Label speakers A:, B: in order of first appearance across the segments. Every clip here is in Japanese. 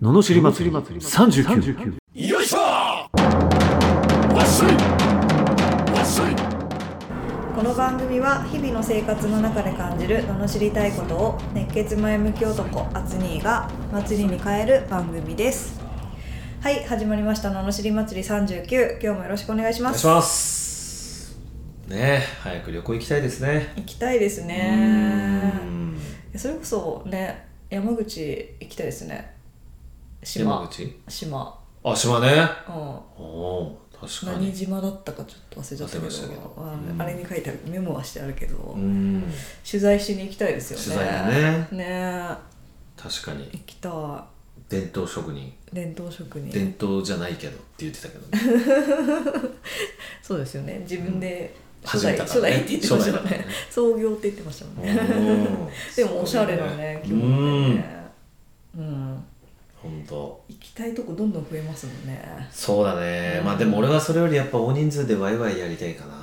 A: ののしり祭り39
B: よいしょわっしょいわっしょい
C: この番組は日々の生活の中で感じる罵りたいことを熱血前向き男アツニーが祭りに変える番組ですはい始まりました罵り祭り39今日もよろしくお願いし
D: お
C: ま
D: 願い
C: す
D: しますねえ早く旅行行きたいですね
C: 行きたいです
D: う
C: ね
D: ん
C: それこそね山口行きたいですね
D: 山
C: 島
D: 口
C: 島
D: あ島ね
C: うん
D: おお確か
C: 何
D: に
C: 島だったかちょっと忘れちゃったけ
D: 忘れましたけ
C: ど
D: ど
C: あ
D: うん
C: あれに書いてあるメモはしてあるけど、
D: うん
C: 取材しに行きたいですよね
D: 取材ね
C: ね
D: 確かに
C: 行きたい
D: 伝統職人
C: 伝統職人
D: 伝統じゃないけどって言ってたけどね
C: そうですよね自分で
D: うん
C: 初代,、
D: 始
C: 初
D: めたからね
C: 代って言ってましたもんね
D: 初代だからね
C: 創業って言ってましたもんね
D: お
C: でもおしゃれだね
D: う
C: 今日ね
D: ん
C: うん
D: 本当
C: 行きたいとこどんどん増えますもんね
D: そうだねまあでも俺はそれよりやっぱ大人数でワイワイやりたいかな
C: あ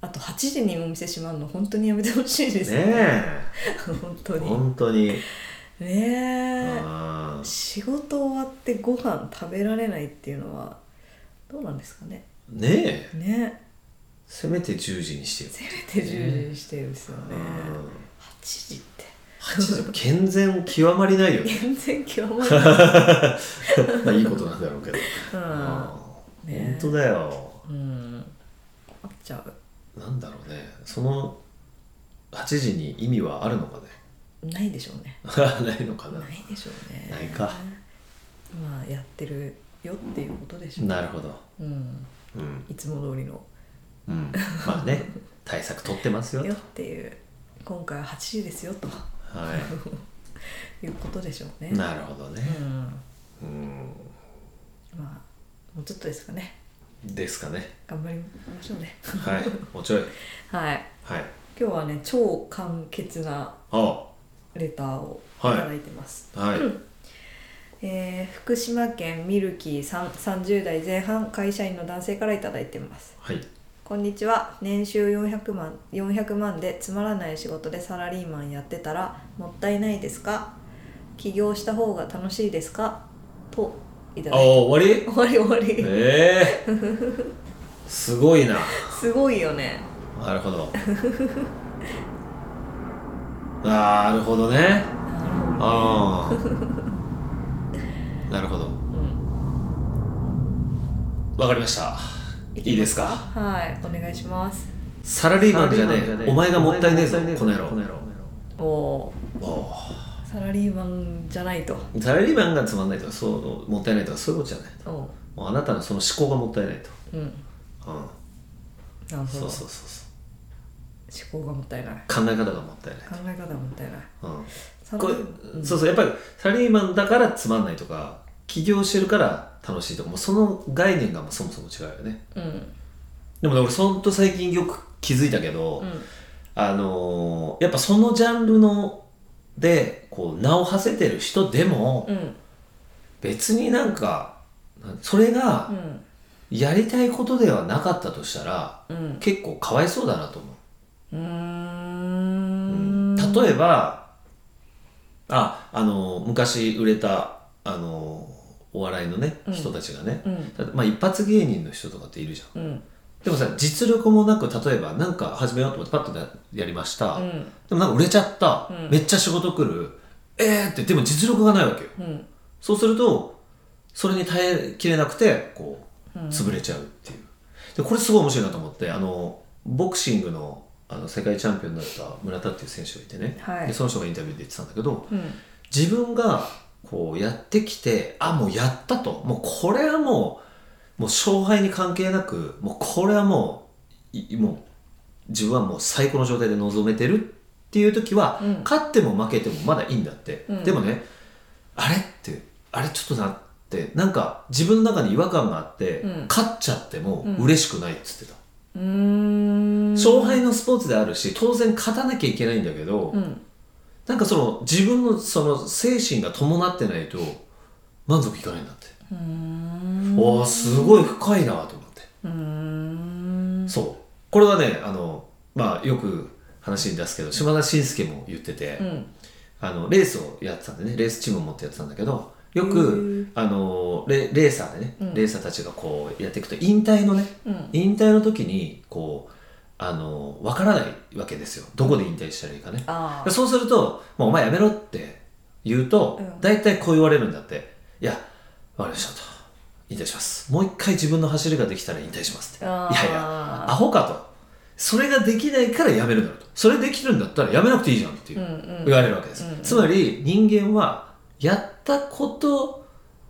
C: ああと8時にお店閉まるの本当にやめてほしいで
D: ね
C: す
D: え
C: 本当に
D: 本当に
C: ねえ
D: あー
C: 仕事終わってご飯食べられないっていうのはどうなんですかね
D: ねえ
C: ね
D: せめて10時にしてよ
C: せめて10時にしてるんですよね
D: うん
C: 8時って
D: 健全極まりないよね
C: 全然極まらない、
D: まあいいことなんだろうけど、
C: うん、
D: ああ
C: ね
D: 本当だよ
C: うん困っちゃう
D: なんだろうねその8時に意味はあるのかね
C: ないでしょうね
D: ないのかな
C: ないでしょうね
D: ないか
C: まあやってるよっていうことでしょう、
D: なるほど
C: うん、
D: うん
C: いつも通りの
D: うんまあね対策取ってますよと
C: よっていう今回は8時ですよと
D: は
C: いうことでしょうね
D: いなるほど
C: う
D: ね
C: ん
D: うん
C: まあもうちょっとですかね
D: ですか ね
C: 頑張りましょうね
D: はいもうちょい
C: はい
D: はい
C: 今日はね超簡潔な
D: あ
C: レターをいた
D: はい
C: だいてます、
D: あはい
C: えー福島県ミルキーさん30代前半会社員の男性からいただいてます
D: はい
C: こんにちは年収400万400万でつまらない仕事でサラリーマンやってたらもったいないですか起業した方が楽しいですかといた
D: あ
C: だいて
D: 終わり
C: 終わり終わり、
D: ええすごいな
C: すごいよね
D: なるほどなるほどねああなるほど
C: うん
D: わかりましたいいですか
C: はいお願いします
D: サラリーマンじゃねえお前がもったいねえぞこの野郎
C: おお
D: お
C: ーサラリーマンじゃないと
D: うサラリーマンがつまんないとかそうもったいないとかそういうことじゃないと
C: おう
D: もうあなたのその思考がもったいないと、
C: うん
D: うん、
C: なるほ
D: そうそ
C: ど
D: うそうそう
C: 思考がもったいない
D: 考え方がもったいない
C: 考え方もったいない
D: と、うん、
C: サラ
D: こ
C: リー
D: れそうそうやっぱりサラリーマンだからつまんないとか起業してるから楽しいとかもうその概念がもうそもそも違うよね
C: うん
D: でもね俺そんと最近よく気づいたけど、
C: うん
D: あのーやっぱそのジャンルのでこう名を馳せてる人でも
C: うん
D: 別になんかそれ
C: う
D: が
C: ん
D: やりたいことではなかったとしたら
C: うん
D: 結構かわいそうだなと思う
C: うー
D: うん
C: ん
D: 例えばああの昔売れたあのお笑いのね
C: うん
D: 人たちがね、
C: うん
D: たまあ、一発芸人の人とかっているじゃん
C: うん
D: でもさ実力もなく例えばなんか始めようと思ってパッとややりました、
C: うん
D: でもなんか売れちゃった、
C: うん
D: めっちゃ仕事来るえーってでも実力がないわけよ
C: うん
D: そうするとそれに耐えきれなくてこう
C: うん
D: 潰れちゃうっていう、でこれすごい面白いなと思ってあのボクシングのあの世界チャンピオンになった村田っていう選手がいてね、
C: はい
D: でその人がインタビューで言ってたんだけど
C: うん
D: 自分がこうやってきてあもうやったともうこれはもうもう勝敗に関係なくもうこれはもういもう自分はもう最高の状態で臨めてるっていう時は、
C: うん
D: 勝っても負けてもまだいいんだって、
C: うん
D: でもねあれってあれちょっとなってなんか自分の中に違和感があって、
C: うん
D: 勝っちゃっても
C: うん
D: 嬉しくないっつってた、
C: うーん
D: 勝敗のスポーツであるし当然勝たなきゃいけないんだけど、
C: うん
D: なんかその自分のその精神が伴ってないと満足いかないんだって、
C: うーん
D: おーすごい深いなと思って、
C: うーん
D: そうこれはねあのまあよく話に出すけど島田紳介も言ってて、
C: うん
D: あのレースをやってたんでねレースチームを持ってやってたんだけどよくあのレレーサーでね、
C: うん
D: レーサーたちがこうやっていくと引退のね
C: うん
D: 引退の時にこうあの分からないわけですよどこで引退したらいいかね
C: あ
D: でそうすると「もうお前やめろ」って言うと
C: うん
D: 大体、こう言われるんだって「いや分かりました」と「引退します」「もう一回自分の走りができたら引退します」って「い
C: あー
D: やいやアホか」と「それができないからやめるんだろ」と「それできるんだったらやめなくていいじゃん」っていううん
C: うん
D: 言われるわけです、
C: うん
D: つまり人間はやったこと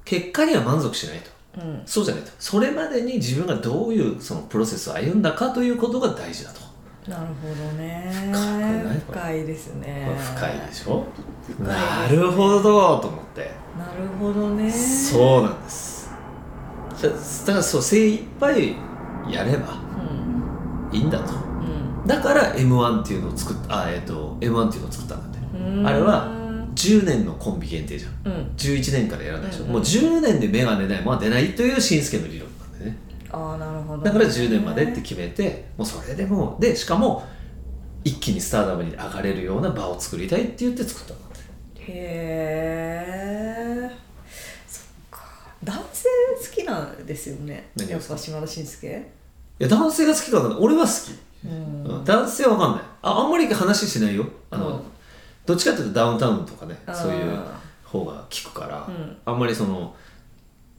D: 結果には満足しないと
C: うん
D: そうじゃないとそれまでに自分がどういうそのプロセスを歩んだかということが大事だと、
C: なるほどね
D: 深くないこれ
C: 深いですね
D: 深いでしょ、
C: 深いです
D: なるほどと思って、
C: なるほどね
D: そうなんですだだからそう精一杯やれば
C: うん
D: いいんだと
C: うん
D: だから m 1っていうのを作ったあえっ、と m 1っていうのを作ったんだって
C: うん
D: あれは10年のコンビ限定じゃん
C: うん
D: 11年からやらないでしょ、
C: うんうん
D: もう10年で芽が出ないものは出ないという新助の理論なんでね
C: ああなるほどね
D: だから10年までって決めてもうそれでもうでしかも一気にスターダムに上がれるような場を作りたいって言って作ったんだって
C: へえそっか男性好きなんですよね
D: 何が
C: や
D: で
C: っ
D: すか
C: ぱ島田紳介
D: いや男性が好きかわかんない俺は好
C: う
D: き、うん
C: ん
D: 男性はわかんないああんまり話しないよあの、
C: うん
D: どっちかっていうとダウンタウンとかね
C: あー
D: そういう方が聞くから、
C: うん
D: あんまりその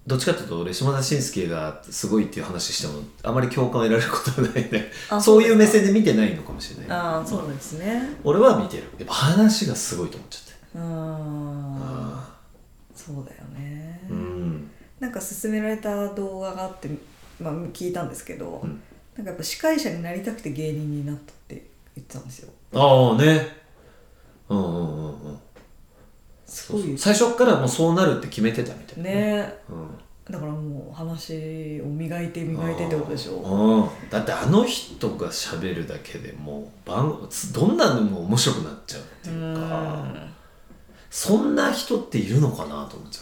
D: どっちかっていうと俺島田紳介がすごいっていう話してもあまり共感を得られることはないね
C: あ
D: そういう
C: そう
D: 目
C: ですか
D: 線で見てないのかもしれない
C: ああそうですね
D: 俺は見てるやっぱ話がすごいと思っちゃって
C: うん
D: あ
C: そうだよね
D: ーうん
C: なんか勧められた動画があって、まあ、聞いたんですけど、
D: うん
C: なんかやっぱ司会者になりたくて芸人になったって言ってたんですよ
D: ああねうんうんうんうん
C: す
D: そ
C: ご
D: う
C: い
D: そう最初からもうそうなるって決めてたみたいな
C: ね
D: うん
C: だからもう話を磨いて磨いてってことでしょ
D: うんだってあの人が喋るだけでもう番どんなのも面白くなっちゃうっていうか
C: ん
D: そんな人っているのかなと思っちゃ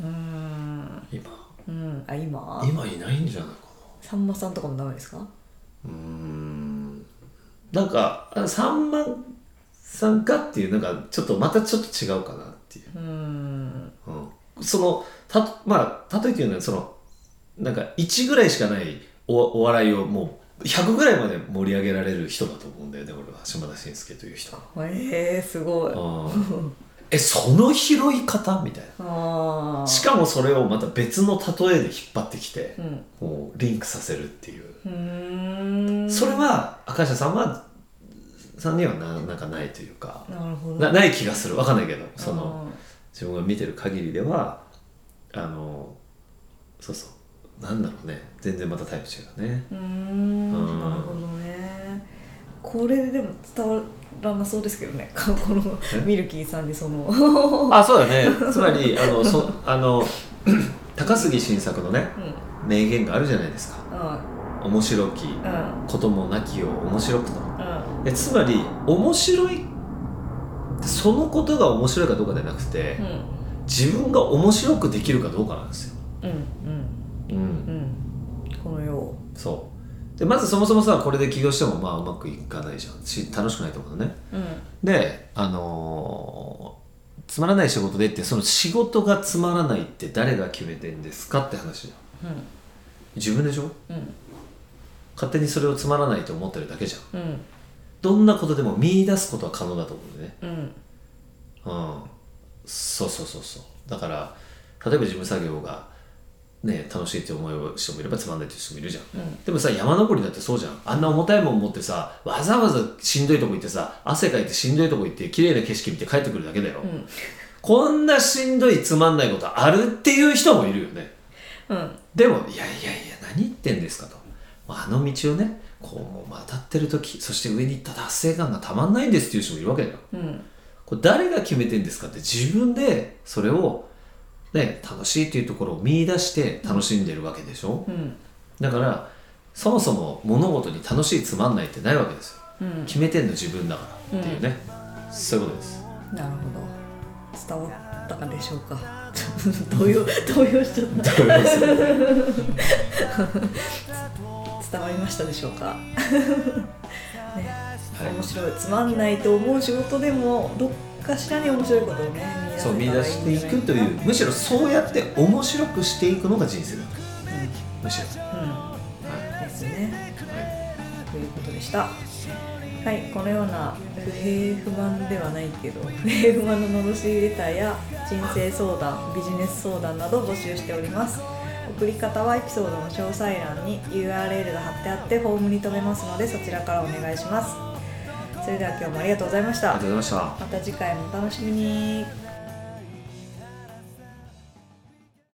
D: うね
C: うん
D: 今
C: うんあ今
D: 今いないんじゃないか
C: さんまさんとかもダメですか
D: なうーんなんかあさんまさんかっていうなんかちょっとまたちょっと違うかなっていう、
C: うん
D: うん、そのたとまあ例えて言うのはそのなんか1ぐらいしかないおお笑いをもう100ぐらいまで盛り上げられる人だと思うんだよね俺は島田紳介という人は
C: えー、すご い
D: うんえその拾い方みたい
C: あ
D: な
C: あ
D: しかもそれをまた別の例えで引っ張ってきて
C: うん
D: こうリンクさせるっていう
C: うーん
D: それは赤石さんはさんにはななんかないというか
C: なるほど
D: なない気がするわかんないけどその
C: の
D: 自分が見てる限りではあのそうそうなんだろうね全然またタイプ違うね
C: うーん
D: うん
C: なるほどねこれででも伝わらなそうですけどねこの
D: え
C: ミルキーさんにその
D: あそうだねつまりあのそあの 高杉晋作のね
C: うんうん
D: 名言があるじゃないですか面白き
C: うん
D: こともなきを面白くと
C: うん
D: えつまり面白いそのことが面白いかどうかじゃなくて、
C: うん
D: 自分が面白くできるかどうかなんですよ、
C: うん
D: う、
C: うんんこの世を
D: そうでまずそもそもさこれで起業してもまあうまくいかないじゃんし楽しくないと思うのね
C: うん
D: であのーつまらない仕事でってその仕事がつまらないって誰が決めてんですかって話じゃん自分でしょ
C: うんうん
D: 勝手にそれをつまらないと思ってるだけじゃん
C: うん
D: どんなことでも見出すことは可能だと思うんでね
C: うん
D: うん、そうそうそうそうだから例えば事務作業がね楽しいって思う人もいればつまんないっていう人もいるじゃん、
C: うん
D: でもさ山登りだってそうじゃんあんな重たいもん持ってさわざわざしんどいとこ行ってさ汗かいてしんどいとこ行って綺麗な景色見て帰ってくるだけだよ、
C: うん
D: こんなしんどいつまんないことあるっていう人もいるよね
C: うん
D: でもいやいやいや何言ってんですかともうあの道をねこうもう渡ってる時そして上に行った達成感がたまんないんですっていう人もいるわけだよ
C: うん
D: これ誰が決めてんですかって自分でそれを、ね、楽しいっていうところを見出して楽しんでるわけでしょ
C: うん
D: だからそもそも物事に楽しいつまんないってないわけですよ
C: うん
D: 決めてんの自分だからっていうね、そういうことです
C: なるほど伝わったかでしょうか 動揺動揺しちゃった伝わりましたでしょうかね、
D: はい
C: 面白いつまんないと思う仕事でもどっかしらに面白いことをね
D: そう見出していくと
C: う
D: い
C: ん、
D: うむしろそうやって面白くしていくのが人生だむしろ
C: うん、ですねということでしたはいこのような不平不満ではないけど不平不満の罵りレターや人生相談ビジネス相談など募集しております送り方はエピソードの詳細欄に URL が貼ってあってホームに飛べますのでそちらからお願いしますそれでは今日もありがとうございまし
D: ありがと
C: た
D: うございました
C: また次回もお楽しみに